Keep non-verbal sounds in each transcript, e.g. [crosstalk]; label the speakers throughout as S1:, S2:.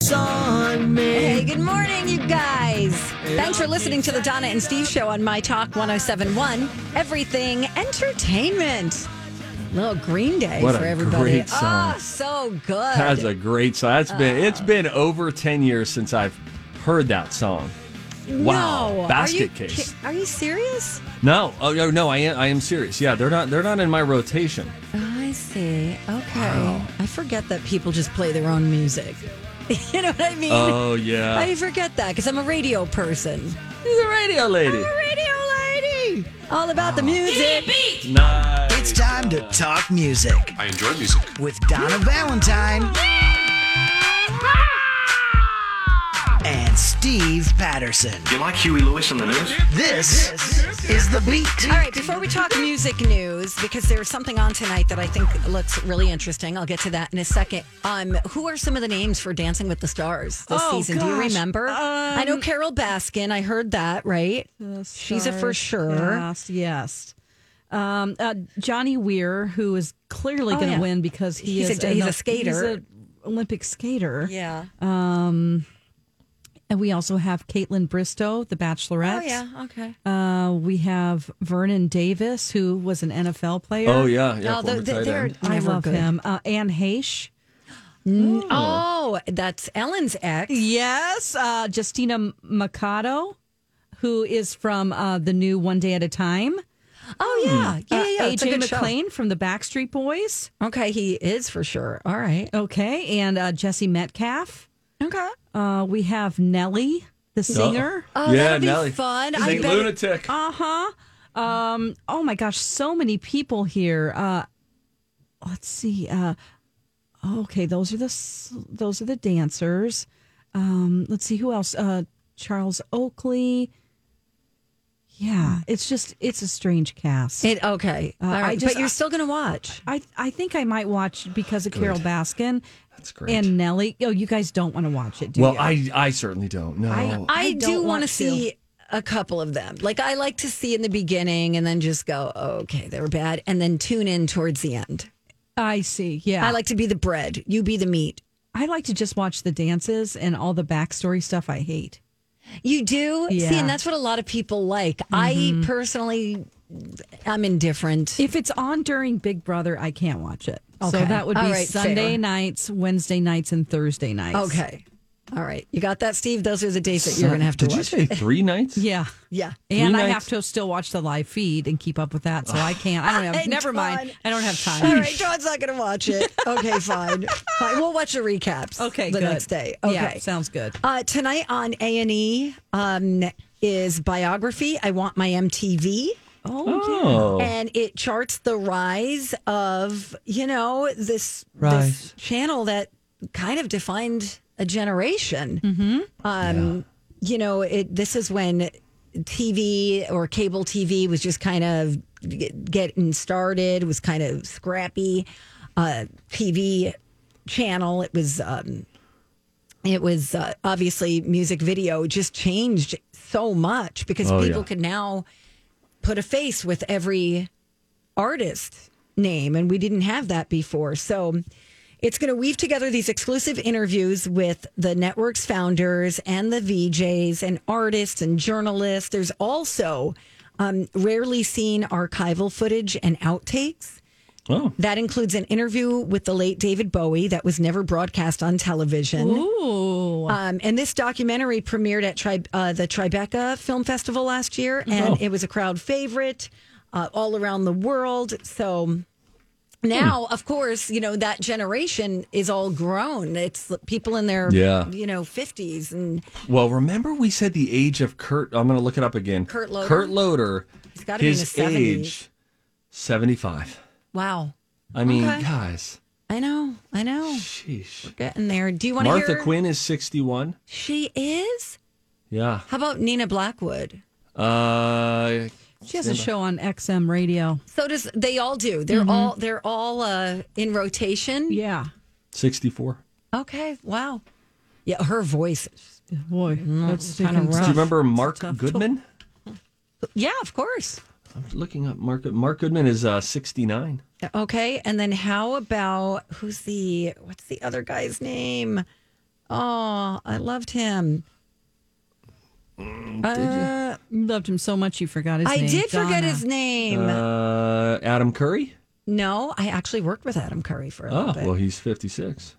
S1: is on
S2: Hey,
S1: me.
S2: good morning, you guys. Thanks for listening to the Donna and Steve show on My Talk 1071, Everything Entertainment. Little Green Day
S1: What a
S2: for everybody.
S1: great song.
S2: Oh, so good.
S1: That's a great song. That's been
S2: Uh.
S1: it's been over ten years since I've heard that song. Wow,
S2: No. are you,
S1: basket
S2: ki-
S1: case.
S2: Are you serious?
S1: No, oh no, no, I am, I am serious. Yeah, they're not they're not in my rotation.
S2: I see. Okay. I forget that people just play their own music. [laughs] you know what [laughs] I mean?
S1: Oh yeah,
S2: I forget that because I'm a radio person.
S1: he's a radio lady.
S2: Radio lady! All about the music.
S1: Nice.
S3: It's time to talk music. I enjoy music. With Donna Valentine. And Steve Patterson.
S4: You like Huey Lewis on the news?
S3: This is The Beat.
S2: All right, before we talk music news, because there's something on tonight that I think looks really interesting. I'll get to that in a second. Um, who are some of the names for Dancing with the Stars this
S5: Oh,
S2: season? Do you
S5: gosh.
S2: remember?
S5: Um,
S2: I know Carol Baskin. I heard that, right? She's a for
S5: Stars,
S2: sure.
S5: Yes, yes. Um, uh, Johnny Weir, who is clearly
S2: Oh,
S5: going to
S2: yeah.
S5: win because he
S2: He's a-
S5: is
S2: he's a
S5: he's
S2: skater.
S5: an Olympic skater.
S2: Yeah. Oh,
S5: And we also have Caitlin Bristow, the Bachelorette.
S2: Okay.
S5: Uh, we have Vernon Davis, who was an NFL player.
S1: Oh yeah, yeah.
S2: Oh, they're-
S1: former tight
S2: they're-
S1: end.
S5: I
S2: Never
S5: love
S2: good.
S5: him. Uh, Anne Heche.
S2: Oh, that's Ellen's ex.
S5: Yes. Uh, Justina Mikado, who is from uh, the new One Day at a Time.
S2: Oh yeah, yeah,
S5: Uh,
S2: yeah. it's a
S5: AJ
S2: good show.
S5: McLean from the Backstreet Boys.
S2: Okay, he is for sure. All right.
S5: Okay, and uh, Jesse Metcalf.
S2: Okay.
S5: Uh, we have Nelly, the singer.
S2: Oh,
S1: yeah,
S2: that'll be
S1: Nelly.
S2: fun.
S1: He's
S2: I
S1: a
S2: bet-
S1: lunatic.
S5: Uh huh. Um, oh my gosh, so many people here. Uh, let's see. Uh, okay, those are the s- those are the dancers. Um, let's see who else. Uh, Charles Oakley. Yeah, it's just it's a strange cast.
S2: It okay. All
S5: Uh, I
S2: right,
S5: just-
S2: but you're still gonna watch.
S5: I I think I might watch because of Carol Baskin
S1: That's great.
S5: and Nelly. Oh, you guys don't want to watch it, do
S1: well,
S5: you?
S1: I I certainly don't. No.
S2: I,
S5: I don't
S2: do want
S5: want
S2: to
S5: to.
S2: see a couple of them. Like I like to see in the beginning and then just go, "Oh, okay, they were bad, and then tune in towards the end.
S5: I see. Yeah,
S2: I like to be the bread, you be the meat.
S5: I like to just watch the dances and all the backstory stuff I hate.
S2: You do see,
S5: Yeah.
S2: and that's what a lot of people like. I personally, I'm indifferent.
S5: If it's on during Big Brother, I can't watch it. So
S2: Okay.
S5: that would be
S2: All right,
S5: Sunday
S2: fair.
S5: nights, Wednesday nights, and Thursday nights.
S2: Okay, all right, you got that, Steve. Those are the days that you're gonna have to
S1: Did you
S2: watch.
S1: say three nights?
S5: Yeah.
S2: Yeah.
S5: And I
S1: nights.
S5: have to still watch the live feed and keep up with that. So
S1: [sighs]
S5: I can't. I don't have,
S2: And
S5: never mind.
S2: Dawn.
S5: I don't have
S2: All
S5: time.
S2: right, John's not going to watch it. Okay,
S5: [laughs]
S2: fine. fine. We'll watch the recaps.
S5: Okay.
S2: the
S5: good.
S2: next day. Okay,
S5: Yeah, sounds good.
S2: Uh, tonight on A and E um, is biography. I want my MTV,
S5: Oh,
S1: Oh.
S2: and it charts the rise of you know this this
S1: Rise.
S2: channel that kind of defined a generation. Um, You know, it, this is when TV or cable TV was just kind of g- getting started. Was kind of scrappy uh, TV channel. It was. Um, it was uh, obviously music video just changed so much because
S1: Oh,
S2: people
S1: yeah.
S2: could now put a face with every artist name and we didn't have that before so it's going to weave together these exclusive interviews with the network's founders and the VJs and artists and journalists. There's also um, rarely seen archival footage and outtakes.
S1: Oh.
S2: That includes an interview with the late David Bowie that was never broadcast on television. Ooh. Um, and this documentary premiered at Tri- uh, the Tribeca Film Festival last year,
S1: Oh.
S2: and it was a crowd favorite uh, all around the world. So now,
S1: Hmm.
S2: of course, you know, that generation is all grown. It's people in their,
S1: Yeah.
S2: you know, 50s. And
S1: Well, remember we said the age of Kurt. I'm going to look it up again.
S2: Kurt Loder?
S1: Kurt Loder.
S2: He's gotta be in
S1: his
S2: his 70s.
S1: age, 75.
S2: wow.
S1: I mean,
S2: Okay.
S1: guys,
S2: I know. I know.
S1: sheesh.
S2: Getting there. Do you want to
S1: Martha
S2: hear?
S1: Quinn is 61.
S2: She is?
S1: Yeah.
S2: How about Nina Blackwood?
S1: Uh,
S5: She has a show on XM radio.
S2: So does they all do. They're
S1: Mm-hmm.
S2: all they're all uh, in rotation.
S5: Yeah.
S1: 64.
S2: Okay. Wow. Yeah, her voice.
S5: Boy,
S1: Mm,
S5: that's
S2: kinda
S5: different.
S1: Do
S2: rough.
S1: you remember Mark Goodman?
S2: Yeah, of course.
S1: I'm looking up Mark. Mark Goodman is uh, 69.
S2: Okay, and then how about who's the what's the other guy's name? Oh, Oh, I loved him. Uh,
S5: You loved him so much you forgot his
S2: I
S5: name.
S2: did forget
S5: Donna.
S2: his name.
S1: Uh, Adam Curry?
S2: no, I actually worked with Adam Curry for a
S1: Oh,
S2: little bit.
S1: well, he's 56.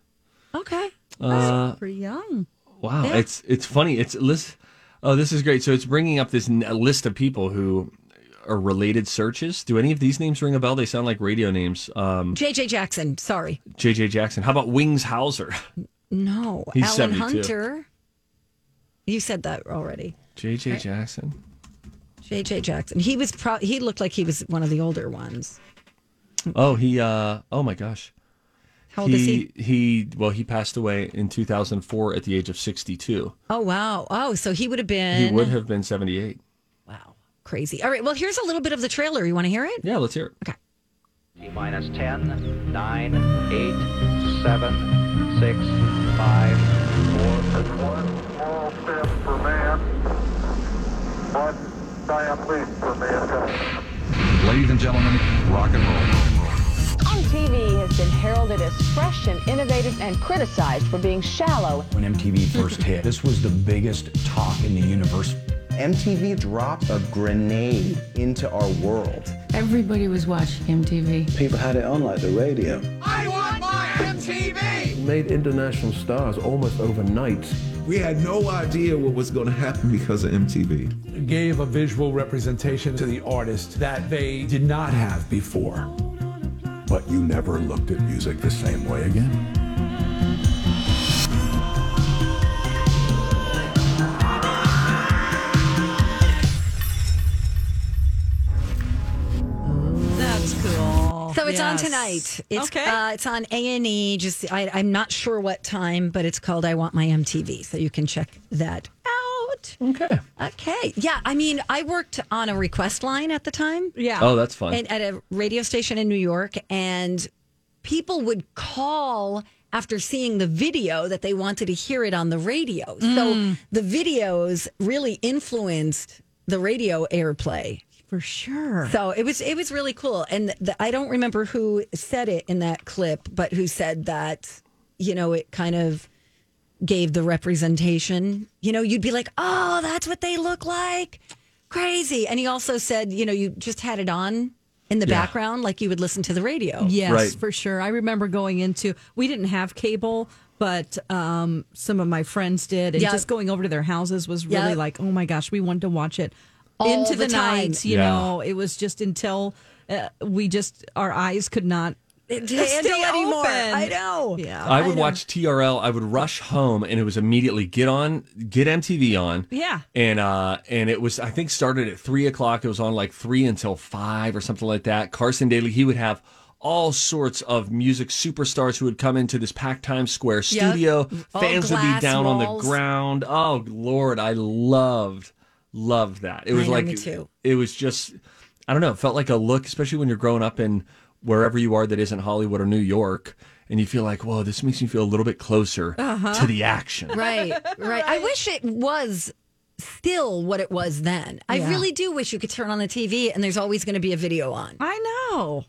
S2: okay.
S5: Pretty young.
S1: Wow, it's it's funny. It's list. Oh, this is great. So it's bringing up this n- list of people who are related searches. Do any of these names ring a bell? They sound like radio names. Um,
S2: JJ Jackson. Sorry.
S1: J.J. Jackson. How about Wings Hauser? [laughs]
S2: No.
S1: He's
S2: Alan
S1: 72.
S2: Hunter. You said that already.
S1: J.J. Jackson.
S2: JJ Jackson. He was pro- he looked like he was one of the older ones.
S1: Oh, he. Uh, oh my gosh.
S2: How old is he?
S1: He. Well, he passed away in 2004 at the age of 62.
S2: Oh wow. Oh, so he would have been
S1: He would have been 78.
S2: wow. Crazy. All right. Well, here's a little bit of the trailer. You want to hear it?
S1: Yeah, let's hear it.
S2: Okay.
S4: Minus 10, 9, 8, 7, 6, 5, 4,
S6: One small step for man, one giant leap for mankind.
S7: Ladies and gentlemen, rock and roll.
S8: On TV has been heralded as fresh and innovative and criticized for being shallow.
S9: When MTV first hit, this was the biggest talk in the universe.
S10: MTV dropped a grenade into our world.
S8: Everybody was watching MTV.
S10: People had it on like the radio.
S3: I want my MTV!
S7: Made international stars almost overnight.
S9: We had no idea what was going to happen because of MTV.
S7: Gave a visual representation to the artist that they did not have before. But you never looked at music the same way again.
S5: That's cool.
S2: So it's on
S5: Yes.
S2: tonight. It's
S5: okay.
S2: uh, it's on A and E. Just I, I'm not sure what time, but it's called "I Want My MTV," so you can check that out.
S1: Okay.
S2: Okay. Yeah. I mean, I worked on a request line at the time.
S5: yeah.
S1: Oh, that's fun.
S2: and at a radio station in New York, and people would call after seeing the video that they wanted to hear it on the radio.
S5: Mm.
S2: So the videos really influenced the radio airplay.
S5: for sure.
S2: So it was it was really cool. And the, I don't remember who said it in that clip, but who said that you know it kind of gave the representation. You know, you'd be like, "Oh, that's what they look like." Crazy. And he also said, you know, you just had it on in the background like you would listen to the radio.
S5: Yes,
S1: Right.
S5: for sure. I remember going into we didn't have cable, but um, some of my friends did, and
S2: Yeah.
S5: just going over to their houses was really
S2: Yeah.
S5: like, oh my gosh, we wanted to watch it
S2: All
S5: into
S2: the
S5: the,
S2: time.
S5: night. You
S1: Yeah.
S5: know, it was just until uh, we just our eyes could not
S2: It
S5: stay
S2: handle anymore.
S5: open.
S2: I know.
S5: Yeah, [laughs]
S1: I would watch TRL. I would rush home, and it was immediately get on, get MTV on.
S5: Yeah.
S1: and uh, and it was I think started at three o'clock. It was on like three until five or something like that. Carson Daly, he would have all sorts of music superstars who would come into this packed Times Square
S2: Yeah.
S1: studio.
S2: All
S1: Fans would be
S2: glass
S1: down on
S2: walls.
S1: the ground. Oh Lord, I loved loved that. It was
S2: know,
S1: like
S2: me too.
S1: it was just I don't know, it felt like a look, especially when you're growing up in wherever you are that isn't Hollywood or New York, and you feel like, whoa, this makes me feel a little bit closer to the action.
S2: Uh-huh. Right, right. I wish it was still what it was then. I
S5: Yeah.
S2: really do wish you could turn on the TV and there's always going to be a video on.
S5: I know.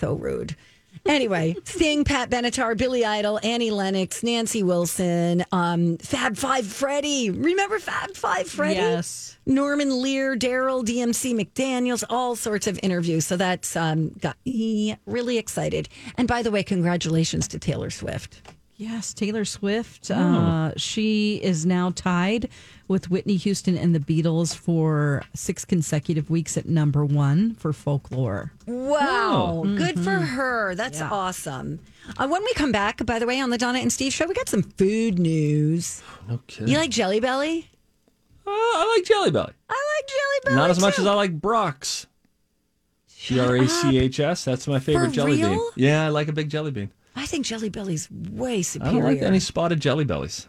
S2: so rude.
S1: [laughs]
S2: Anyway, Sting, Pat Benatar, Billy Idol, Annie Lennox, Nancy Wilson, um, Fab Five Freddy. Remember Fab Five Freddy?
S5: Yes.
S2: Norman Lear, Daryl, DMC McDaniels, all sorts of interviews. So that's um, got me really excited. And by the way, congratulations to Taylor Swift.
S5: Yes, Taylor Swift.
S1: Oh.
S5: Uh, she is now tied with Whitney Houston and the Beatles for six consecutive weeks at number one for folklore.
S2: Wow.
S1: Oh. Mm-hmm.
S2: Good for her. That's awesome. Uh, when we come back, by the way, on the Donna and Steve show, we got some food news.
S1: No kidding.
S2: You like Jelly Belly?
S1: Uh, I like Jelly Belly.
S2: I like Jelly Belly.
S1: Not as much
S2: too.
S1: as I like Brock's. G R A C H S. That's my favorite
S2: For
S1: jelly bean.
S2: real?
S1: Yeah, I like a big jelly bean.
S2: I think Jelly Belly's way
S1: I
S2: superior.
S1: don't like any spotted jelly bellies.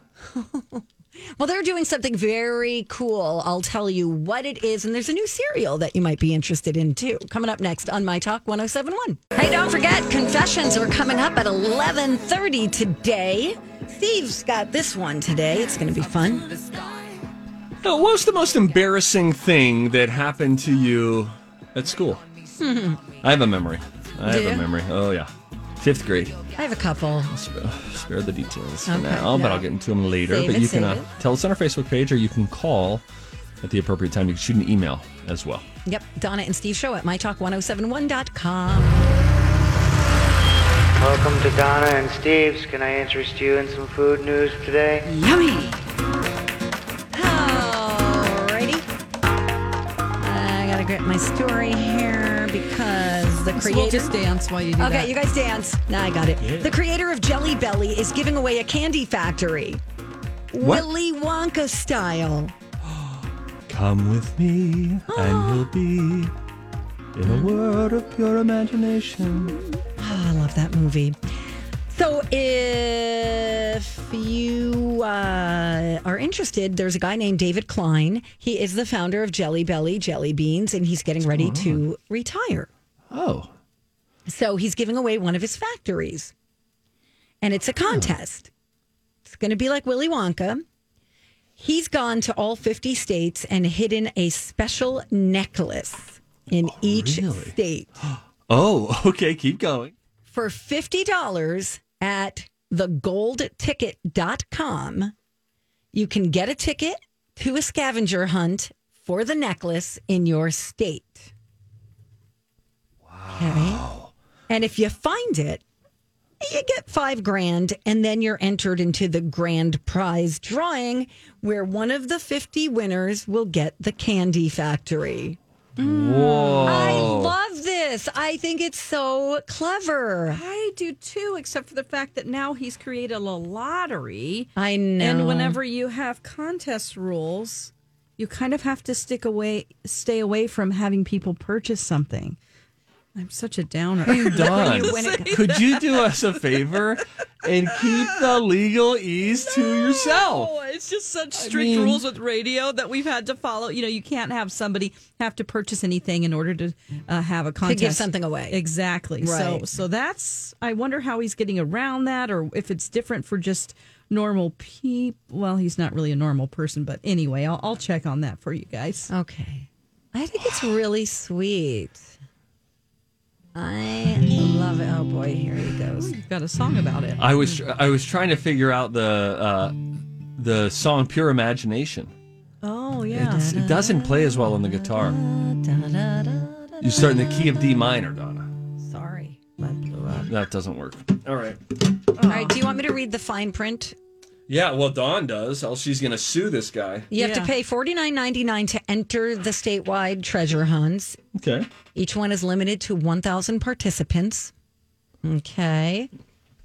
S2: Well, they're doing something very cool. I'll tell you what it is. And there's a new cereal that you might be interested in, too. Coming up next on My Talk 1071. Hey, don't forget, confessions are coming up at 1130 today. Steve's got this one today. It's going to be fun.
S1: No, what was the most embarrassing thing that happened to you at school? I have a memory. I
S2: Hmm. Do
S1: have a
S2: you?
S1: memory. Oh yeah. Fifth grade.
S2: I have a couple.
S1: Spare, spare the details for
S2: Okay,
S1: now,
S2: no.
S1: but I'll get into them later.
S2: Save
S1: but
S2: it,
S1: you can
S2: save it.
S1: uh, tell us on our Facebook page or you can call at the appropriate time. You can shoot an email as well.
S2: Yep. Donna and Steve show at mytalk1071.com.
S11: Welcome to Donna and Steve's. Can I interest you in some food news today?
S2: Yummy. Alrighty. I gotta get my story here because the
S5: So
S2: creator.
S5: we'll just dance while you do
S2: Okay,
S5: that.
S2: you guys dance. Now I got it.
S5: Yeah.
S2: The creator of Jelly Belly is giving away a candy factory,
S1: What?
S2: Willy Wonka style.
S1: Come with me,
S2: [gasps]
S1: and we'll be in a world of pure imagination.
S2: Oh, I love that movie. So, if you uh, are interested, there's a guy named David Klein. He is the founder of Jelly Belly Jelly Beans, and he's getting ready to retire.
S1: Oh,
S2: So he's giving away one of his factories. And it's a contest. It's going to be like Willy Wonka. He's gone to all 50 states and hidden a special necklace in each
S1: really?
S2: state
S1: oh, [laughs] okay. Keep going.
S2: for $50 at thegoldticket.com. You can get a ticket to a scavenger hunt for the necklace in your state. Wow. And if you find it, you get five grand, and then you're entered into the grand prize drawing where one of the 50 winners will get the candy factory.
S1: Whoa.
S2: I love this. I think it's so clever.
S5: I do too, except for the fact that now he's created a lottery.
S2: I know.
S5: And whenever you have contest rules, you kind of have to stick away, stay away from having people purchase something. I'm such a downer. [laughs]
S1: Don,
S2: you win it-
S1: [laughs] could you do us a favor and keep the legal ease to yourself?
S5: Oh, it's just such
S1: I
S5: strict
S1: mean-
S5: rules with radio that we've had to follow. You know, you can't have somebody have to purchase anything in order to uh, have a contest.
S2: something away.
S5: Exactly. So,
S2: Right.
S5: so that's. I wonder how he's getting around that, or if it's different for just normal people. Well, he's not really a normal person, but anyway, I'll, I'll check on that for you guys.
S2: Okay. I think it's really sweet. I love it. Oh boy, here he goes.
S5: You've got a song about it.
S1: I was I was trying to figure out the uh, the song "Pure Imagination."
S5: Oh yeah.
S1: It's- It doesn't play as well on the guitar. You start in the key of D minor, Donna.
S2: Sorry.
S1: That doesn't work. All right.
S2: All right, do you want me to read the fine print?
S1: Yeah, well, Dawn does. Else she's going to sue this guy.
S2: You have
S5: Yeah.
S2: to pay forty nine ninety nine to enter the statewide treasure hunts.
S1: Okay.
S2: Each one is limited to one thousand participants. Okay.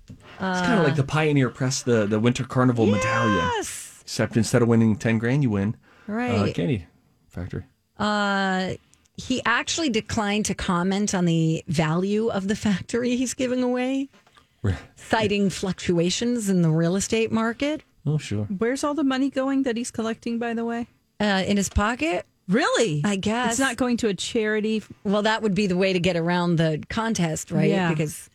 S1: It's kind of like the Pioneer Press, the, the Winter Carnival medallion.
S2: Yes.
S1: Except instead of winning 10 grand, you win uh,
S2: Right.
S1: Candy Factory. [laughs]
S2: Uh, he actually declined to comment on the value of the factory he's giving away, citing fluctuations in the real estate market
S1: Oh, sure.
S5: Where's all the money going that he's collecting? By the way.
S2: uh, in his pocket.
S5: Really?
S2: I guess.
S5: It's not going to a charity.
S2: Well, that would be the way to get around the contest, right?
S5: Yeah.
S2: Because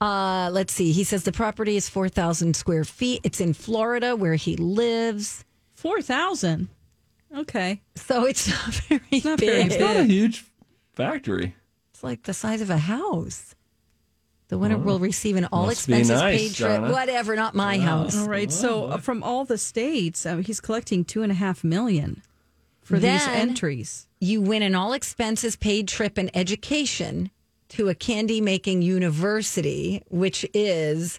S2: uh, let's see. He says the property is 4,000 square feet. It's in Florida where he lives.
S5: 4,000. Okay.
S2: So it's [laughs] not very
S5: not very
S2: big.
S1: It's not a huge factory.
S2: It's like the size of a house. The winner will receive an all
S1: Must be
S2: expenses
S1: nice,
S2: paid trip.
S1: Donna.
S2: Whatever, not my house.
S5: All right. So uh, from all the states, uh, he's collecting two and a half million for these
S2: Then-
S5: entries.
S2: you win an all expenses paid trip and education to a candy making university, which is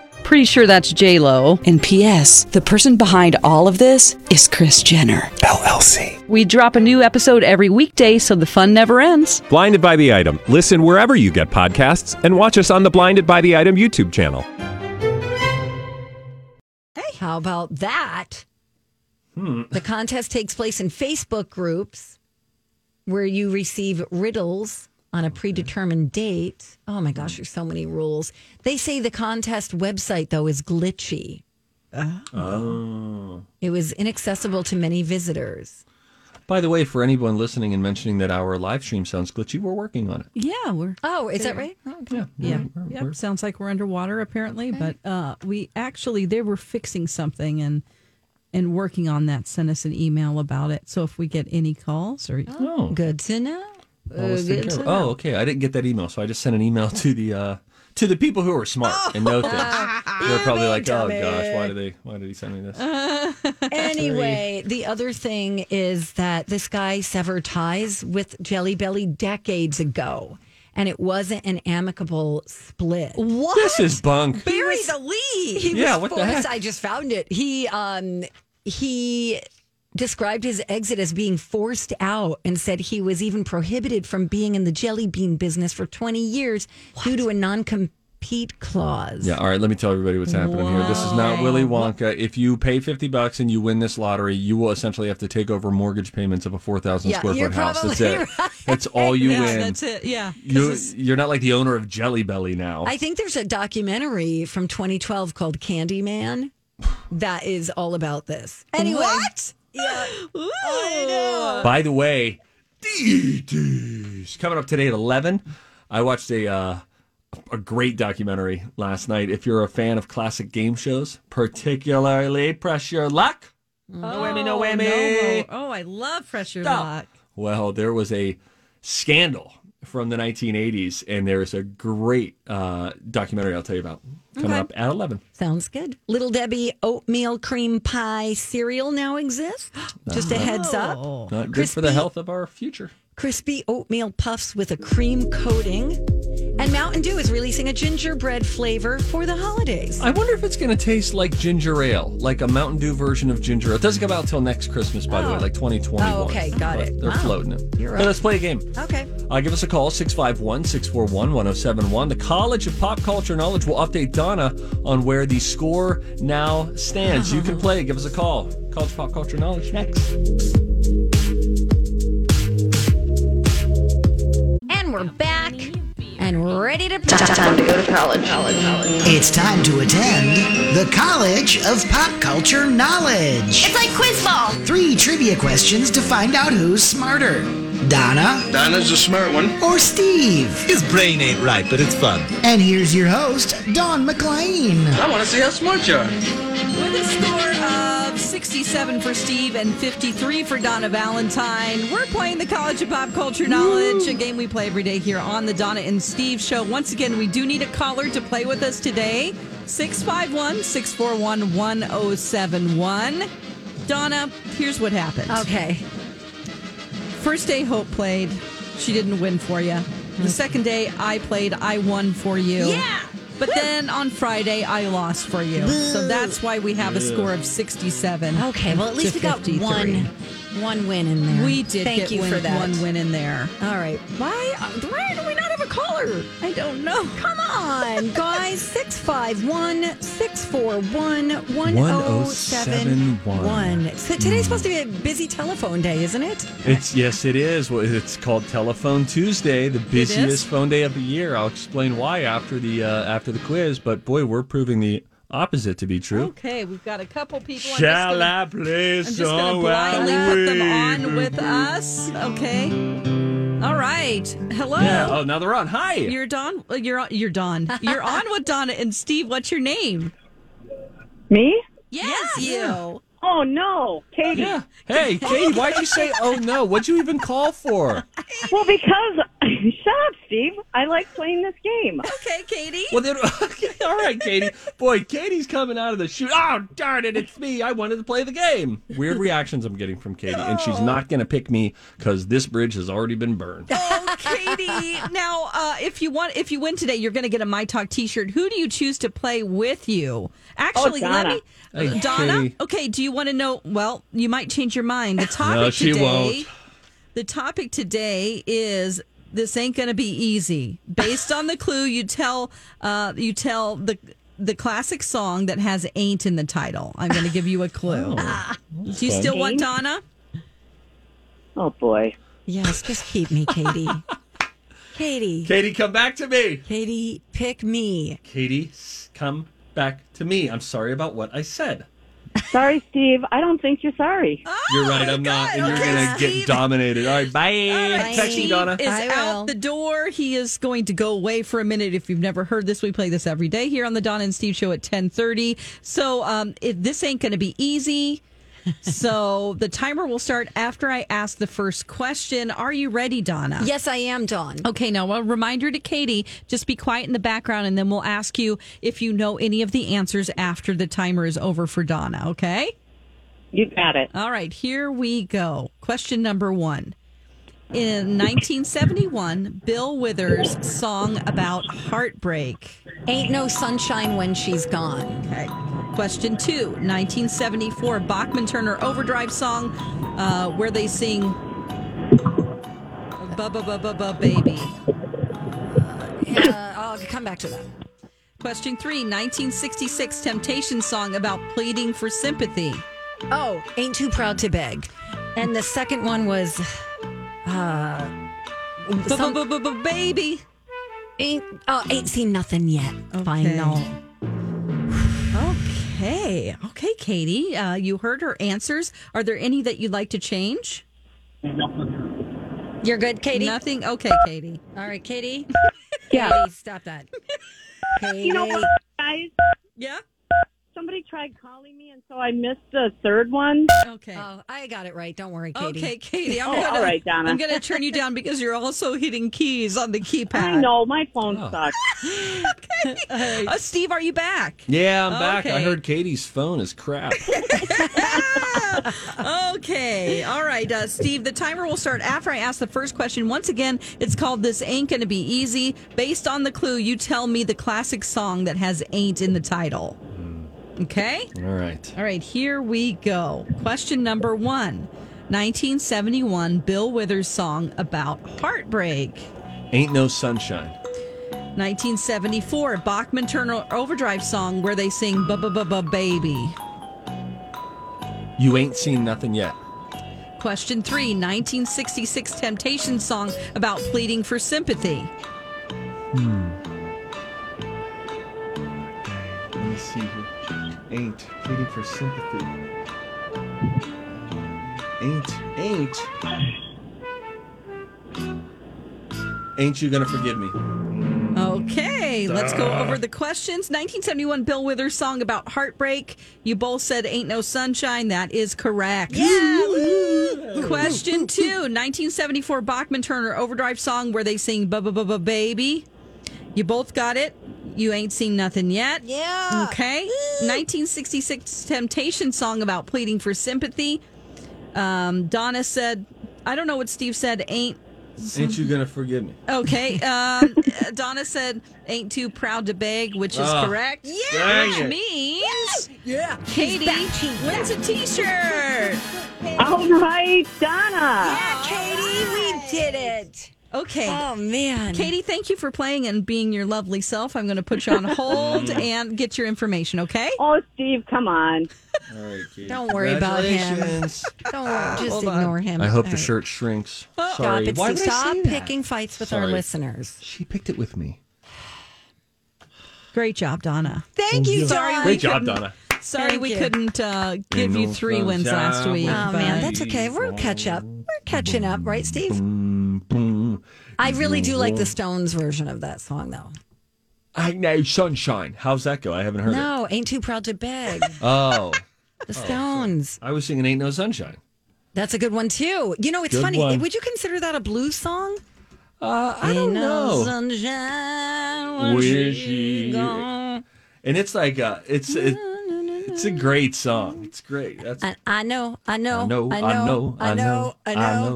S12: Pretty sure that's J Lo. And P.S. The person behind all of this is Chris Jenner
S13: LLC.
S12: We drop a new episode every weekday, so the fun never ends.
S13: Blinded by the item. Listen wherever you get podcasts, and watch us on the Blinded by the Item YouTube channel.
S2: Hey, how about that? The contest takes place in Facebook groups where you receive riddles on a predetermined date. Oh my gosh, there's so many rules. They say the contest website, though, is glitchy.
S1: Oh.
S2: It was inaccessible to many visitors.
S1: By the way, for anyone listening and mentioning that our live stream sounds glitchy, we're working on it.
S5: Yeah, we're.
S2: Oh, is that right?
S5: Yeah, yeah. Yep, Sounds like we're underwater apparently, but uh, we actually they were fixing something and and working on that. Sent us an email about it. So if we get any calls or
S1: Oh.
S2: good to know.
S1: I was
S2: Uh,
S1: thinking-
S2: good to know.
S1: oh, okay. I didn't get that email, so I just sent an email to the uh, to the people who are smart
S5: Oh.
S1: and know
S5: [laughs]
S1: things. They're probably like, "Oh
S2: dummy."
S1: gosh, why did they? Why did he send me this?"
S5: Uh-huh.
S2: anyway, the other thing is that this guy severed ties with Jelly Belly decades ago, and it wasn't an amicable split. What?
S1: This is bunk.
S2: Bury the lead. He
S1: Yeah,
S2: was
S1: what the
S2: forced-
S1: heck?
S2: I just found it. He um he described his exit as being forced out and said he was even prohibited from being in the jelly bean business for 20 years due to a non-compete clause.
S1: Yeah, all right, let me tell everybody what's happening here. This is not Willy Wonka. If you pay 50 bucks and you win this lottery, you will essentially have to take over mortgage payments of a 4,000
S5: Yeah,
S1: square
S5: you're
S1: foot house. That's
S5: probably
S1: it.
S5: [laughs]
S1: That's all you
S5: yeah,
S1: win.
S5: that's it. Yeah, 'Cause
S1: You,
S5: it's-
S1: you're not like the owner of Jelly Belly now.
S2: I think there's a documentary from 2012 called Candyman that is all about this. Anyway,
S5: What?
S2: Yeah.
S1: By the way, DDs coming up today at 11. I watched a uh, a great documentary last night. If you're a fan of classic game shows, particularly Press Your Luck.
S5: Oh,
S1: whammy, no
S5: no,
S1: whammy.
S5: Oh, I love pressure
S1: Stop.
S5: lock.
S1: Well, there was a scandal from the 1980s, and there is a great uh, documentary I'll tell you about coming
S2: Okay.
S1: up at 11.
S2: Sounds good. Little Debbie oatmeal cream pie cereal now exists. Just a heads
S1: Not
S2: up.
S1: good for the health of our future.
S2: Crispy oatmeal puffs with a cream coating. And Mountain Dew is releasing a gingerbread flavor for the holidays.
S1: I wonder if it's going to taste like ginger ale, like a Mountain Dew version of ginger ale. It doesn't come out till next Christmas, by the way, like 2021.
S2: Oh, okay, got
S1: But
S2: it.
S1: They're
S2: Wow.
S1: floating it.
S2: You're
S1: Hey,
S2: up.
S1: let's play a game.
S2: Okay.
S1: Uh, give us a call, 651 641 1071. The College of Pop Culture Knowledge will update Donna on where the score now stands.
S2: Uh-huh.
S1: You can play. Give us a call. College of Pop Culture Knowledge next.
S2: And we're back and ready to
S3: Time to go to
S2: college.
S3: It's time to attend the College of Pop Culture Knowledge. It's like quiz ball. Three trivia questions to find out who's smarter. Donna. Donna's a smart one. Or Steve.
S14: His brain ain't right, but it's fun.
S3: And here's your host, Don McLean.
S14: want to see how smart you are.
S5: With a score of 67 for Steve and 53 for Donna Valentine, we're playing the College of Pop Culture Knowledge, a game we play every day here on the Donna and Steve Show. Once again, we do need a caller to play with us today 651 641 1071. Donna, here's what happened.
S2: Okay.
S5: First day, Hope played. She didn't win for you. The second day, I played. I won for you. Yeah. But then on Friday, I lost for you. So that's why we have a score of 67.
S2: Okay, well, at least
S5: to
S2: we got
S5: 53.
S2: one one win in there.
S5: We did
S2: Thank
S5: get
S2: you
S5: win-
S2: for that.
S5: one win in there.
S2: All right. Why, uh, why do we not have a caller? I don't know. Come on, [laughs] guys. 651 641 1071. So Today's supposed to be a busy telephone day, isn't it?
S1: It's yes, it is. Well, It's called Telephone Tuesday, the busiest phone day of the year. I'll explain why after the uh, after the quiz. But boy, we're proving the opposite to be true.
S5: Okay, we've got a couple people. I'm just
S1: Shall
S5: gonna-
S1: I play
S5: I'm just
S1: some
S5: gonna blindly put them on
S1: Halloween?
S5: with us. Okay. All right. Hello.
S1: Yeah. Oh, now they're on. Hi.
S5: You're Don. uh, You're on. You're Don. You're on with Donna and Steve. What's your name?
S15: Me?
S5: Yes, you.
S15: Oh no, Katie.
S1: Hey, Katie, why'd you say? Oh no! What'd you even call for?
S15: Well, because [laughs] Shut up, Steve. I like playing this game.
S2: Okay, Katie.
S1: Well, then, [laughs] okay, all right, Katie. Boy, Katie's coming out of the shoot. Oh, darn it, it's me. I wanted to play the game. Weird reactions I'm getting from Katie, and she's not going to pick me because this bridge has already been burned.
S5: Oh, Katie. now, uh, if you want, if you win today, you're going to get a My Talk T-shirt. Who do you choose to play with you? Actually, let
S1: Oh, Donna.
S5: me,
S1: Hey,
S5: Donna.
S1: Katie.
S5: Okay, do you want to know? Well, you might change your mind.
S1: [laughs]
S5: The topic
S1: she
S5: today.
S1: won't.
S5: The topic today is this ain't going to be easy. Based on the clue, you tell uh, you tell the the classic song that has "ain't" in the title. I'm going to give you a clue.
S1: Oh.
S5: Do you
S15: fun.
S5: still want Donna?
S15: Oh boy.
S2: Yes, just keep me, Katie. [laughs] Katie.
S1: Katie, come back to me.
S2: Katie, pick me.
S1: Katie, s- come back to me. I'm sorry about what I said.
S15: Sorry, Steve. I don't think you're sorry.
S1: you're right. I'm not, and you're going to get dominated. All right, bye. Text me,
S5: Steve
S1: Donna.
S5: is out the door. He is going to go away for a minute. If you've never heard this, we play this every day here on the Donna and Steve Show at ten thirty. So um, it, this ain't going to be easy. [laughs] so the timer will start after I ask the first question. Are you ready, Donna?
S2: Yes, I am, Dawn.
S5: Okay, now a reminder to Katie just be quiet in the background, and then we'll ask you if you know any of the answers after the timer is over for Donna, okay?
S15: You got it.
S5: All right, here we go. Question number one. In 1971, Bill Withers' song about heartbreak.
S2: Ain't no sunshine when she's gone.
S5: Okay. Question two. 1974 Bachman Turner Overdrive song uh, where they sing Ba Ba Ba Ba Ba Baby.
S2: Uh, I'll come back to that.
S5: Question three 1966 Temptation song about pleading for sympathy.
S2: Oh, ain't too proud to beg. And the second one was, uh, some-
S5: Baby.
S2: ain't oh, ain't seen nothing yet. Final.
S5: Okay. Okay, Katie. Uh, you heard her answers. Are there any that you'd like to change?
S2: You're good, Katie.
S5: Nothing. Okay, Katie.
S2: All right,
S5: [laughs]
S2: Katie.
S15: Yeah.
S2: Katie, stop that. Katie.
S15: You know what, guys?
S5: Yeah.
S15: Somebody tried calling me, and so I missed the third one.
S5: Okay.
S2: Oh, I got it right. Don't worry, Katie.
S5: Uh, Okay, Katie. I'm
S15: Oh,
S5: gonna,
S15: all right, Donna.
S5: I'm gonna turn you down because you're also hitting keys on the [laughs] keypad.
S15: I know my phone
S1: Oh.
S15: sucks.
S5: Uh, Steve, are you back?
S1: Yeah, I'm back. I
S5: Okay.
S1: heard Katie's phone is crap. [laughs]
S5: Okay. All right, uh, Steve. The timer will start after I ask the first question. Once again, it's called "This Ain't Gonna Be Easy." Based on the clue, you tell me the classic song that has "ain't" in the title. Okay.
S1: All right.
S5: All right, here we go. Question number one 1971 Bill Withers song about heartbreak.
S1: Ain't no sunshine.
S5: 1974 Bachman Turner Overdrive song where they sing ba ba ba ba baby.
S1: You ain't seen nothing yet.
S5: Question three 1966 Temptation song about pleading for sympathy.
S9: Let me see here. Ain't pleading for sympathy. Ain't ain't
S1: Ain't you gonna forgive me?
S5: Okay, let's go over the questions. 1971 Bill Withers song about heartbreak. You both said Ain't No Sunshine. That is correct. Yeah. [laughs] Question two 1974 Bachman Turner Overdrive song where they sing Ba Ba Ba Ba Baby. You both got it. You ain't seen nothing yet.
S2: Yeah.
S5: Okay. 1966 Temptation song about pleading for sympathy. Um, Donna said, I don't know what Steve said. Ain't
S1: Ain't you gonna forgive me?
S5: Okay. Um, Donna said, "Ain't too proud to beg," which is
S1: Oh,
S5: correct.
S1: dang
S5: which
S1: it.
S5: means
S2: Yeah.
S5: Katie wins a T-shirt.
S15: All right, Donna.
S2: Yeah, Katie, we did it.
S5: Okay.
S2: Oh man.
S5: Katie, thank you for playing and being your lovely self. I'm going to put you on hold
S1: Mm.
S5: and get your information. Okay.
S15: Oh, Steve, come on.
S1: All right, Katie.
S2: Don't worry about him.
S1: Congratulations.
S2: Don't worry, just
S5: Hold on.
S2: ignore him.
S1: I
S2: All
S1: hope the
S2: right.
S1: shirt shrinks.
S5: Oh,
S1: Sorry.
S2: Stop it,
S1: Why
S2: Steve.
S1: would I
S2: Stop
S1: say that?
S2: picking fights with our
S1: Sorry.
S2: listeners.
S1: She picked it with me.
S5: Great job, Donna.
S2: Thank you,
S5: Sorry,
S2: Dawn.
S5: we
S1: Great job,
S5: couldn't-
S1: Donna.
S5: Sorry,
S2: Thank
S5: we
S2: you.
S5: couldn't uh, give you
S1: no
S5: three wins
S1: sunshine
S5: last week.
S2: Oh man,
S5: but-
S2: that's okay. We'll catch up. We're catching up, right, Steve? I really do like the Stones version of that song, though.
S1: I know sunshine. How's that go? I haven't heard
S2: No, ain't too proud to [laughs] beg.
S1: it. Oh,
S2: The Stones.
S1: I was singing "Ain't No Sunshine."
S2: That's a good one too. You know, it's
S1: Good
S2: funny.
S1: one.
S2: Would you consider that a blues song? Oh,
S1: Uh, I don't know. Where she- And it's like a, it's it, it's a great song. It's great. That's
S2: I, I know, I know,
S1: I know, I know,
S2: I know, I know,
S1: I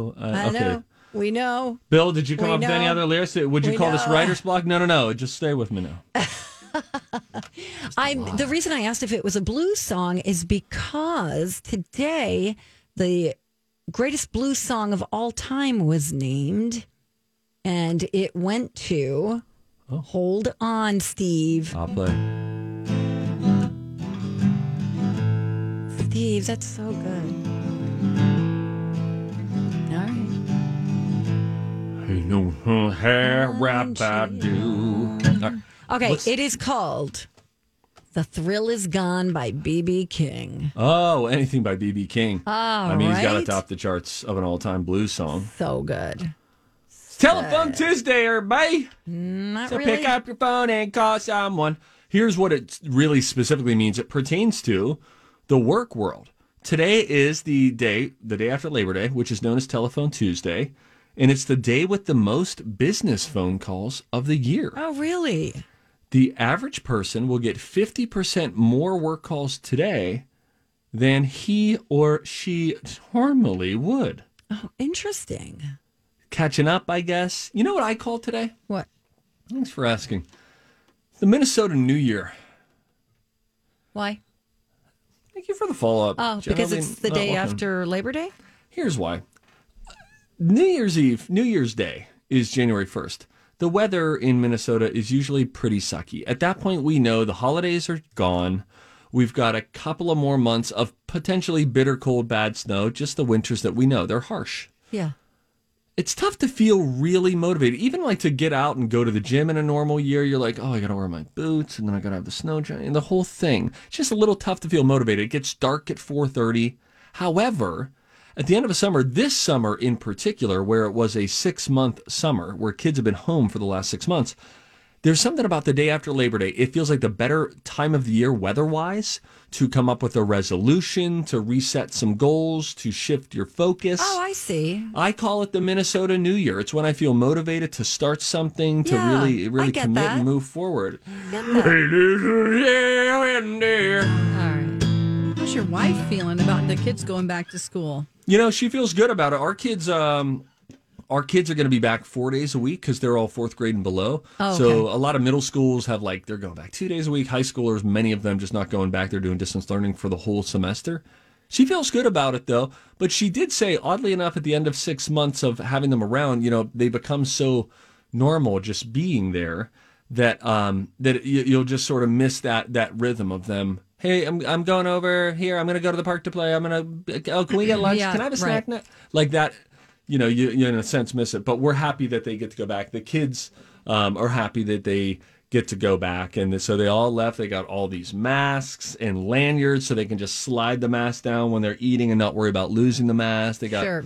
S1: know, I-
S2: I know.
S1: okay.
S2: We know.
S1: Bill. Did you come
S2: We
S1: up with any
S2: know.
S1: other lyrics? Would you
S2: We
S1: call this
S2: know.
S1: writer's block? No, no, no. Just stay with me now.
S2: I the reason I asked if it was a blues song is because today the greatest blues song of all time was named, and it went to
S1: Oh.
S2: "Hold On, Steve."
S1: I'll play.
S2: Steve, that's so good. All right.
S1: You know how rap I do.
S2: Okay, it is called "The Thrill Is Gone" by BB King.
S1: Oh, anything by BB King.
S2: All
S1: I mean, he's got to
S2: right.
S1: top the charts of an all-time blues song.
S2: So good.
S1: Telephone Tuesday, everybody.
S2: Not
S1: so
S2: really.
S1: pick up your phone and call someone. Here's what it really specifically means. It pertains to the work world. Today is the day, the day after Labor Day, which is known as Telephone Tuesday, and it's the day with the most business phone calls of the year.
S2: Oh, really?
S1: The average person will get 50% more work calls today than he or she normally would.
S2: Oh, interesting.
S1: Catching up, I guess. You know what I call today?
S2: What?
S1: Thanks for asking. The Minnesota New Year.
S2: Why?
S1: Thank you for the follow up.
S2: Oh, because it's the day after Labor Day.
S1: Here's why New Year's Eve, New Year's Day is January 1st. The weather in Minnesota is usually pretty sucky. At that point, we know the holidays are gone. We've got a couple of more months of potentially bitter cold, bad snow, just the winters that we know. They're harsh.
S2: Yeah.
S1: It's tough to feel really motivated. Even like to get out and go to the gym in a normal year, you're like, oh, I got to wear my boots and then I got to have the snow giant and the whole thing. It's just a little tough to feel motivated. It gets dark at 4:30. However, at the end of a summer, this summer in particular, where it was a six month summer, where kids have been home for the last six months, there's something about the day after Labor Day. It feels like the better time of the year, weather wise, to come up with a resolution, to reset some goals, to shift your focus.
S2: Oh, I see.
S1: I call it the Minnesota New Year. It's when I feel motivated to start something, to
S2: Yeah,
S1: really,
S2: I
S1: really
S2: get
S1: commit
S2: that.
S1: and move forward.
S5: How's your wife feeling about the kids going back to school?
S1: You know, she feels good about it. Our kids, um, our kids are going to be back four days a week because they're all fourth grade and below.
S5: Oh,
S1: so
S5: okay.
S1: a lot of middle schools have like they're going back two days a week. High schoolers, many of them just not going back. They're doing distance learning for the whole semester. She feels good about it though, but she did say, oddly enough, at the end of six months of having them around, you know, they become so normal just being there that um that you, you'll just sort of miss that that rhythm of them. Hey, I'm I'm going over here. I'm going to go to the park to play. I'm going to. Oh, can we get lunch?
S5: Yeah,
S1: can I have a snack?
S5: right.
S1: now? like that you know you, you in a sense miss it but we're happy that they get to go back the kids um, are happy that they get to go back and so they all left they got all these masks and lanyards so they can just slide the mask down when they're eating and not worry about losing the mask they got
S5: Sure.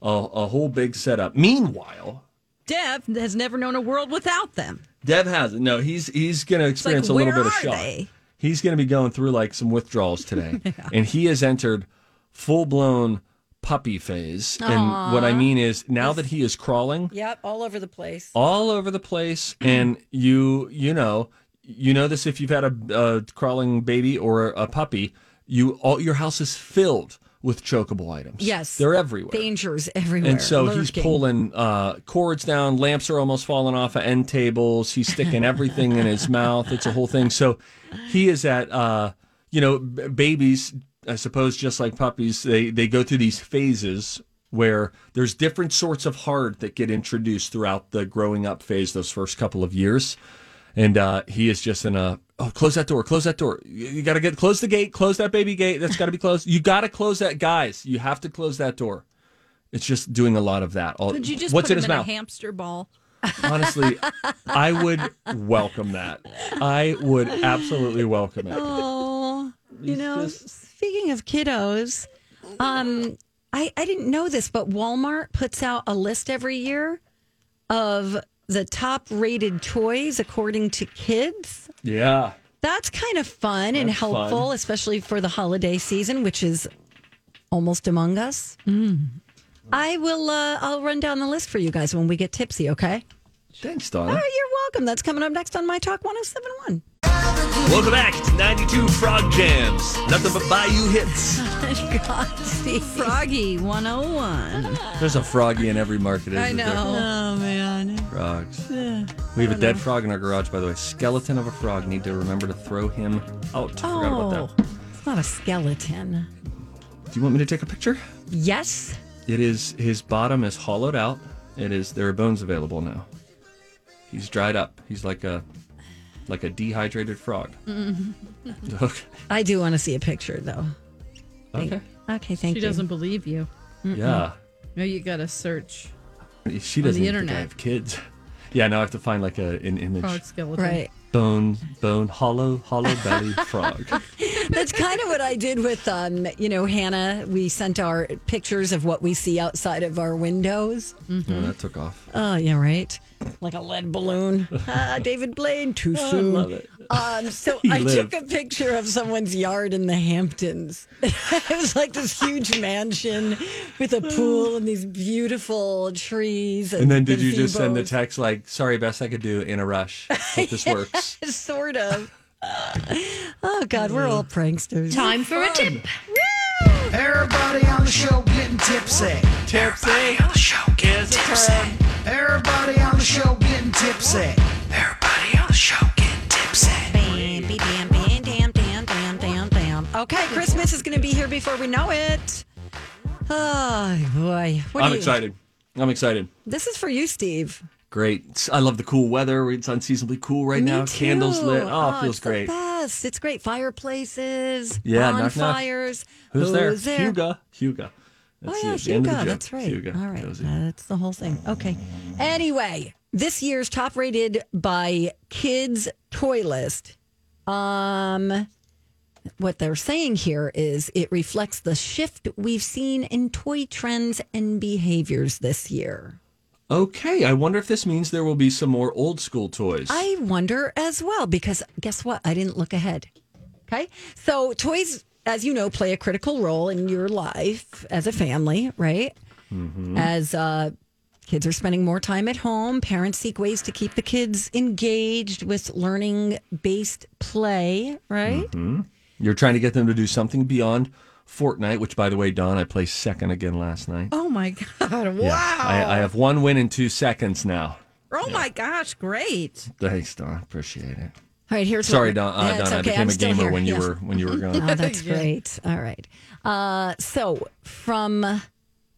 S1: a, a whole big setup meanwhile
S5: Dev has never known a world without them.
S1: Dev has it. No, he's he's going to experience a little
S5: where
S1: bit of
S5: are
S1: shock.
S5: they?
S1: He's going to be going through like some withdrawals
S5: [laughs]
S1: today, and he has entered full blown puppy phase. And what I mean is, now that he is crawling
S2: Yep, all over the place.
S1: all over the place, and you you know you know this if you've had a, uh crawling baby or a puppy, you all your house is filled with chokeable items.
S2: Yes,
S1: they're everywhere.
S2: Dangers everywhere.
S1: And so he's
S2: lurking.
S1: pulling uh, cords down. Lamps are almost falling off of end tables. He's sticking everything in his mouth. It's a whole thing. So he is at, uh, you know, b- babies, I suppose, just like puppies, they, they go through these phases where there's different sorts of hard that get introduced throughout the growing up phase, those first couple of years. And uh, he is just in a, oh, close that door, close that door. You, you got to get, close the gate, close that baby gate. That's got to be closed. You got to close that, guys. You have to close that door. It's just doing a lot of that. All,
S5: Could you just
S1: what's
S5: put
S1: in
S5: him
S1: his
S5: in
S1: mouth?
S5: a hamster ball? [laughs]
S1: Honestly, I would welcome that. I would absolutely welcome it.
S2: Oh, you know, speaking of kiddos, um, I, I didn't know this, but Walmart puts out a list every year of the top rated toys according to kids.
S1: Yeah.
S2: That's kind of fun and
S1: That's fun.
S2: helpful, especially for the holiday season, which is almost among us. I will. Uh, I'll run down the list for you guys when we get tipsy. Okay.
S1: Thanks,
S2: All
S1: Donna.
S2: right, you're welcome. That's coming up next on My Talk 1071.
S1: Welcome back to 92 Frog Jams. Nothing but Bayou hits.
S2: God, Steve.
S5: Froggy 101.
S1: There's a froggy in every market.
S5: I
S1: isn't there?
S5: know. Oh, man.
S1: Frogs.
S5: Yeah.
S1: We have a dead frog in our garage, by the way. Skeleton of a frog. Need to remember to throw him out. Forgot about
S16: Oh.
S1: that.
S2: it's not a skeleton.
S1: Do you want me to take a picture?
S2: Yes.
S1: It is his bottom is hollowed out. It is there are bones available now. He's dried up. He's like a like a dehydrated frog.
S16: Mm-hmm.
S1: Look.
S2: I do want to see a picture, though. Thank-
S16: Okay.
S2: Okay, thank
S16: she
S2: you.
S16: doesn't believe you.
S1: Yeah.
S16: No, you got to search.
S1: She
S16: On the
S1: doesn't even think I
S16: internet.
S1: have kids. Yeah, now I have to find like a an image.
S16: Frog skeleton. Right.
S1: Bone bone hollow hollow belly
S16: [laughs]
S1: frog.
S2: That's kind of what I did with, um, you know, Hannah. We sent our pictures of what we see outside of our windows.
S1: No,
S16: Mm-hmm.
S1: that took off.
S2: Oh, yeah, right. Like a lead balloon. Ah, David Blaine,
S1: [laughs]
S2: too
S1: Oh, I
S2: soon.
S1: love it.
S2: Um,
S1: [laughs]
S2: so
S1: He
S2: I
S1: lived.
S2: took a picture of someone's yard in the Hamptons. [laughs] it was like this huge mansion with a pool and these beautiful trees. And,
S1: And then did you just send the
S2: gazebos.
S1: text like, sorry, best I could do in a
S2: [laughs]
S1: rush. Hope this
S2: Yeah,
S1: works.
S2: sort of. oh God, we're all pranksters.
S3: Time for a
S2: Fun.
S3: Everybody on the show getting tipsy. Tipsy. Everybody on the show getting tipsy. Everybody on the show getting tipsy. Everybody on the show getting tipsy.
S2: Bam, bam, bam, bam, bam, bam, bam. Okay, Christmas is going to be here before we know it. Oh boy, What do
S1: I'm
S2: you-
S1: excited. I'm excited.
S2: This is for you, Steve.
S1: Great. It's- I love the cool weather. It's unseasonably cool right now. Candles
S2: Ew.
S1: lit. Oh, it feels
S2: Ah, it's the
S1: great.
S2: best. It's great. Fireplaces,
S1: Yeah, knock, knock.
S2: bonfires.
S1: Who's,
S2: there?
S1: Huga. Huga. That's
S2: oh yeah,
S1: it. The end of the
S2: Hugo.
S1: joke.
S2: That's right.
S1: Huga.
S2: All right, that's the whole thing. Okay. Anyway, this year's top rated by kids toy list. Um, what they're saying here is it reflects the shift we've seen in toy trends and behaviors this year.
S1: Okay. I wonder if this means there will be some more old school toys.
S2: I wonder as well because guess what? I didn't look ahead. Okay. So, toys, as you know, play a critical role in your life as a family, right?
S1: Mm-hmm.
S2: As uh, kids are spending more time at home, parents seek ways to keep the kids engaged with learning based play, right?
S1: Mhm. You're trying to get them to do something beyond Fortnite, which, by the way, Don, I placed second again last night.
S5: Oh my [laughs] God. Wow.
S1: Yeah. I, I have one win in two seconds now.
S5: oh my gosh. Great.
S1: Thanks, Don. Appreciate it.
S2: All right, here's
S1: Sorry,
S2: what-
S1: Don. Uh,
S2: Yeah, it's
S1: Don, I
S2: okay,
S1: became
S2: I'm
S1: a
S2: still
S1: gamer
S2: here.
S1: when you
S2: Yes.
S1: were
S2: [laughs]
S1: when you were gone.
S2: Oh, that's great. All right. Uh, so, from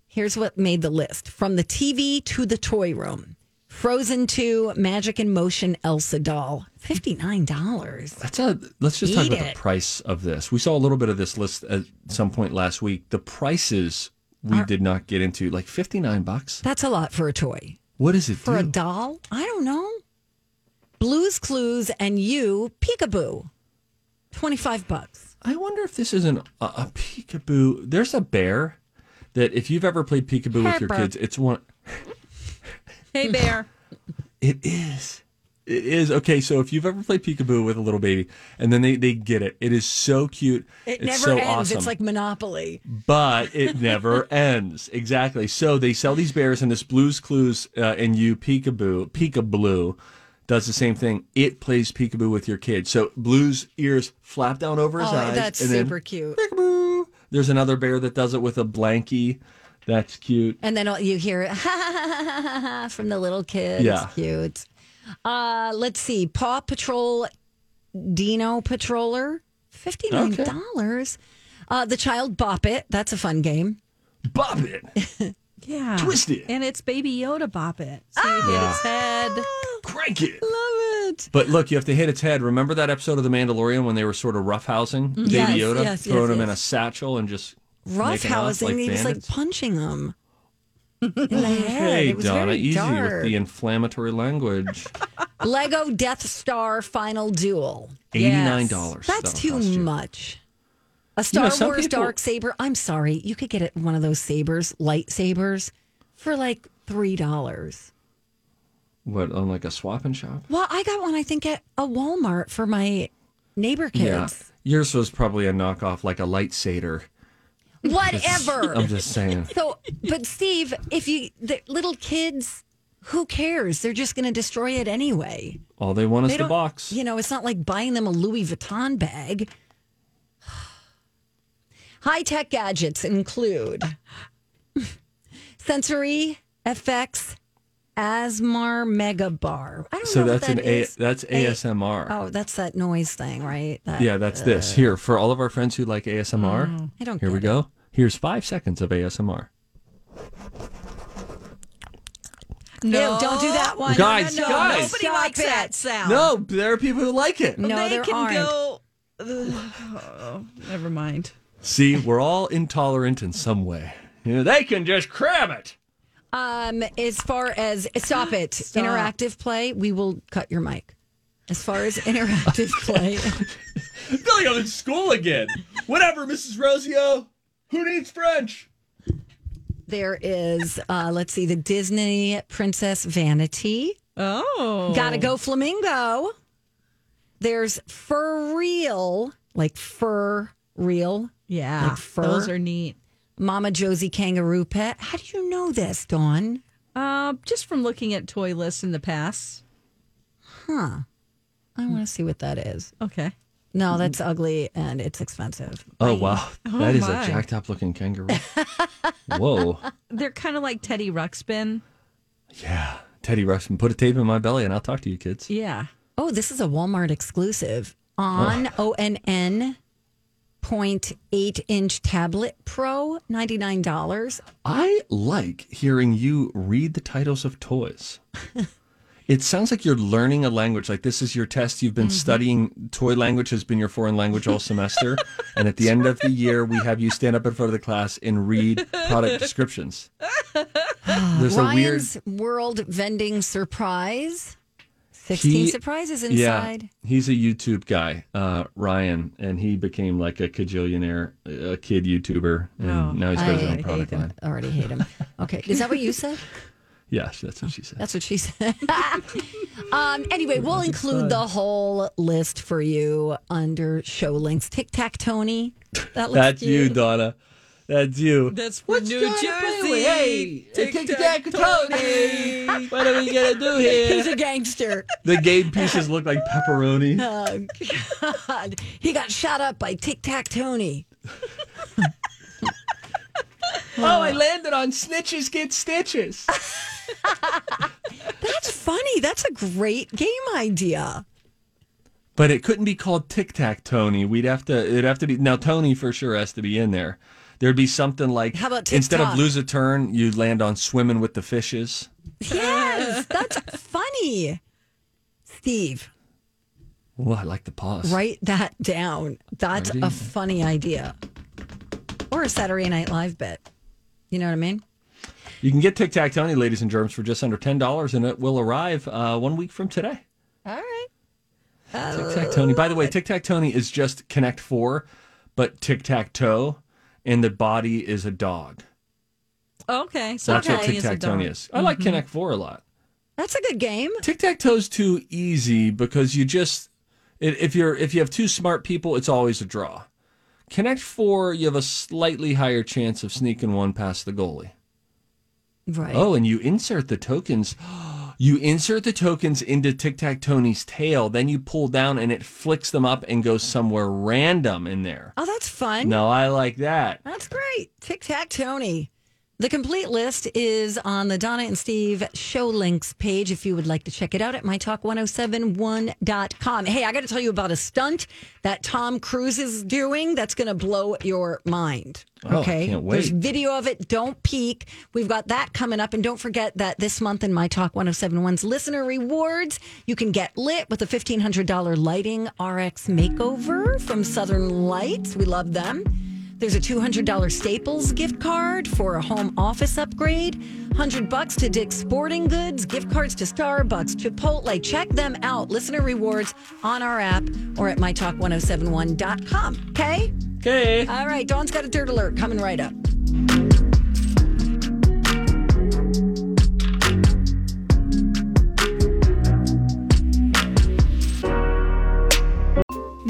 S2: here's what made the list: from the TV to the toy room, Frozen Two, Magic in Motion, Elsa doll, fifty nine dollars.
S1: That's a Let's just talk
S2: Eat
S1: about
S2: it.
S1: the price of this. We saw a little bit of this list at some point last week. The prices we did not get into, like fifty nine bucks.
S2: That's a lot for a toy.
S1: What is it
S2: For a
S1: do?
S2: doll? I don't know. Blues Clues and You Peekaboo, twenty five bucks.
S1: I wonder if this is an a, a peekaboo. There's a bear that if you've ever played peekaboo with your
S5: Harper.
S1: kids, it's one. [laughs]
S5: Hey, Bear.
S1: It is. It is okay. So if you've ever played peekaboo with a little baby, and then they, they get it, it is so cute.
S2: It
S1: it's
S2: never
S1: so
S2: ends.
S1: Awesome.
S2: It's like Monopoly. [laughs]
S1: but it never ends. Exactly. So they sell these bears, and this Blues Clues uh, and you peekaboo, peekaboo, does the same thing. It plays peekaboo with your kid. So Blue's ears flap down over his
S2: Oh,
S1: eyes.
S2: that's
S1: and then
S2: super cute.
S1: [laughs] There's another bear that does it with a blankie. That's cute.
S2: And then all- you hear [laughs] from the little kids.
S1: Yeah.
S2: Cute. Uh, let's see. Paw Patrol Dino Patroller, $59. Uh, the Child Bop It. That's a fun game. [laughs]
S1: Bop It.
S5: Yeah.
S1: Twist it.
S5: And it's Baby Yoda Bop It. So you hit
S1: Yeah.
S5: its head.
S1: Crank it.
S2: Love it.
S1: But look, you have to hit its head. Remember that episode of The Mandalorian when they were sort of roughhousing
S2: Mhm.
S1: Baby
S2: Yes,
S1: Yoda,
S2: yes, yes,
S1: throwing him in a
S2: yes.
S1: satchel and just
S2: Rough
S1: making off
S2: housing.
S1: like
S2: he was
S1: bandits?
S2: like punching them in the head.
S1: Hey,
S2: it was
S1: Donna,
S2: very
S1: easy with
S2: dark.
S1: the
S2: [laughs]
S1: inflammatory language.
S2: Lego Death Star Final Duel.
S1: $89 Yes.
S2: That's
S1: that'll
S2: too
S1: cost you.
S2: much. A
S1: You
S2: Star
S1: know, some
S2: Wars
S1: people-
S2: dark saber. I'm sorry, you could get it one of those sabers, lightsabers, for like three dollars.
S1: What, on like a swap and shop?
S2: Well, I got one. I think at a Walmart for my neighbor kids.
S1: [laughs] Yours was probably a knockoff, like a lightsaber.
S2: Whatever.
S1: [laughs] I'm just saying.
S2: So, but Steve, if you the little kids, who cares? They're just going to destroy it anyway.
S1: All they want is
S2: They
S1: the
S2: don't-
S1: box.
S2: You know, it's not like buying them a Louis Vuitton bag. [sighs] High tech gadgets include [laughs] sensory effects, Asmar Mega Bar. I don't
S1: So
S2: know
S1: that's
S2: what
S1: an
S2: that
S1: A-
S2: is.
S1: that's ASMR.
S2: Oh, that's that noise thing, right? That-
S1: Yeah, that's this. Here, for all of our friends who like ASMR,
S2: Mm. I don't
S1: here we
S2: get
S1: go. Here's five seconds of ASMR.
S2: No, don't do that one.
S1: Guys,
S2: no, no, no.
S1: guys.
S2: Nobody
S1: Stop
S2: likes that sound.
S1: No, there are people who like it.
S2: No,
S5: they
S2: there
S5: can
S2: aren't.
S5: go. [sighs] Oh, never mind.
S1: See, we're all intolerant in
S2: [laughs]
S1: some way. You know, they can just crab it.
S2: Um, as far as stop it,
S5: [gasps]
S2: interactive play, we will cut your mic. As far as
S5: [laughs]
S2: interactive play,
S1: I feel like I'm in school again. Whatever, Mrs. Rosio. Who needs French?
S2: there is uh, let's see the Disney Princess Vanity.
S5: Oh,
S2: gotta go flamingo. There's fur real, like fur real,
S5: Yeah,
S2: like fur.
S5: those are neat.
S2: Mama Josie kangaroo pet. How do you know this, Dawn?
S5: Uh, just from looking at toy lists in the past.
S2: Huh? I want to see what that is.
S5: Okay.
S2: No, that's
S5: Mm-hmm.
S2: ugly and it's expensive.
S1: Oh, wow.
S5: Oh,
S1: that is
S5: my.
S1: a jacked up looking
S5: [laughs]
S1: kangaroo. Whoa.
S5: They're kind of like Teddy Ruxpin.
S1: Teddy Ruxpin, put a tape in my belly and I'll talk to you kids.
S5: Yeah.
S2: Oh, this is a Walmart exclusive on ONN. 0.8 inch tablet pro, $99.
S1: I like hearing you read the titles of
S5: [laughs]
S1: toys. it sounds like you're learning a language. Like this is your test. You've been
S5: Mm-hmm.
S1: studying toy language has been your foreign language all semester. and at the end of the year, we have you stand up in front of the class and read product
S5: [laughs]
S1: descriptions. There's a weird.
S2: Ryan's World Vending Surprise. 16
S1: He-
S2: surprises
S1: yeah,
S2: inside.
S1: he's a YouTube guy, uh, Ryan, and he became like a cajillionaire, a kid YouTuber, and now he's got his
S2: Oh, I
S1: own product
S2: hate him.
S1: line.
S2: I already hate him. Okay. Is that what you said?
S1: Yes, that's what she said.
S2: That's what she said. [laughs] um, anyway, we'll include the whole list for you under show links. Tic Tac Tony. That looks
S1: That's you,
S2: cute.
S1: Donna.
S2: [laughs]
S1: That's you.
S5: That's for New Jersey.
S2: Tic Tac Tony.
S1: [laughs] What are we gonna
S2: [laughs]
S1: do
S2: He's a gangster.
S1: The game pieces look like
S2: [laughs]
S1: pepperoni.
S2: Oh, God. He got shot up by Tic Tac Tony.
S1: [laughs] Oh, I landed on snitches get stitches.
S2: [laughs] That's funny. That's a great game idea.
S1: But it couldn't be called Tic Tac Tony. We'd have to. It'd have to be now. Tony for sure has to be in there. There'd be something like
S2: How about
S1: instead of
S2: TikTok?
S1: lose a turn, you'd land on swimming with the fishes. [laughs]
S2: Yes, that's funny. Steve,
S1: Oh, I like the pause.
S2: write that down. That's
S1: Writing.
S2: a funny idea. Or a Saturday Night Live bit. You know what I mean?
S1: You can get Tic Tac Tony, ladies and germs, for just under ten dollars, and it will arrive uh, one week from today.
S2: All right.
S1: Tic Tac Tony. By the way, Tic Tac Tony is just Connect Four, but Tic Tac Toe, and the body is a dog.
S5: Okay.
S1: So that's what
S5: Tony
S1: Tic
S5: is a
S1: Tac Tony
S5: dog. Mm-hmm.
S1: is. I like Connect Four a lot.
S2: That's a good game.
S1: Tic Tac Toe's too easy because you just i- if you're if you have two smart people, it's always a draw. Connect Four, you have a slightly higher chance of sneaking one past the goalie.
S2: Right.
S1: Oh, and you insert the tokens. [gasps] You insert the tokens into Tic Tac Tony's tail, then you pull down and it flicks them up and goes somewhere random in there.
S2: Oh, that's fun.
S1: No, I like that.
S2: That's great. Tic Tac Tony. The complete list is on the Donna and Steve show links page if you would like to check it out at mytalk1071.com. Hey, I got to tell you about a stunt that Tom Cruise is doing that's going to blow your mind.
S17: Oh, I
S2: okay.
S17: can't
S2: There's
S17: wait.
S2: video of it. Don't peek. We've got that coming up. And don't forget that this month in My Talk 1071's listener rewards, you can get lit with a $1,500 lighting RX makeover from Southern Lights. We love them. There's a $200 Staples gift card for a home office upgrade, 100 bucks to Dick's Sporting Goods, gift cards to Starbucks, Chipotle. Check them out. Listener rewards on our app or at mytalk1071.com. Okay?
S1: Okay.
S2: All right, Dawn's got a dirt alert coming right up.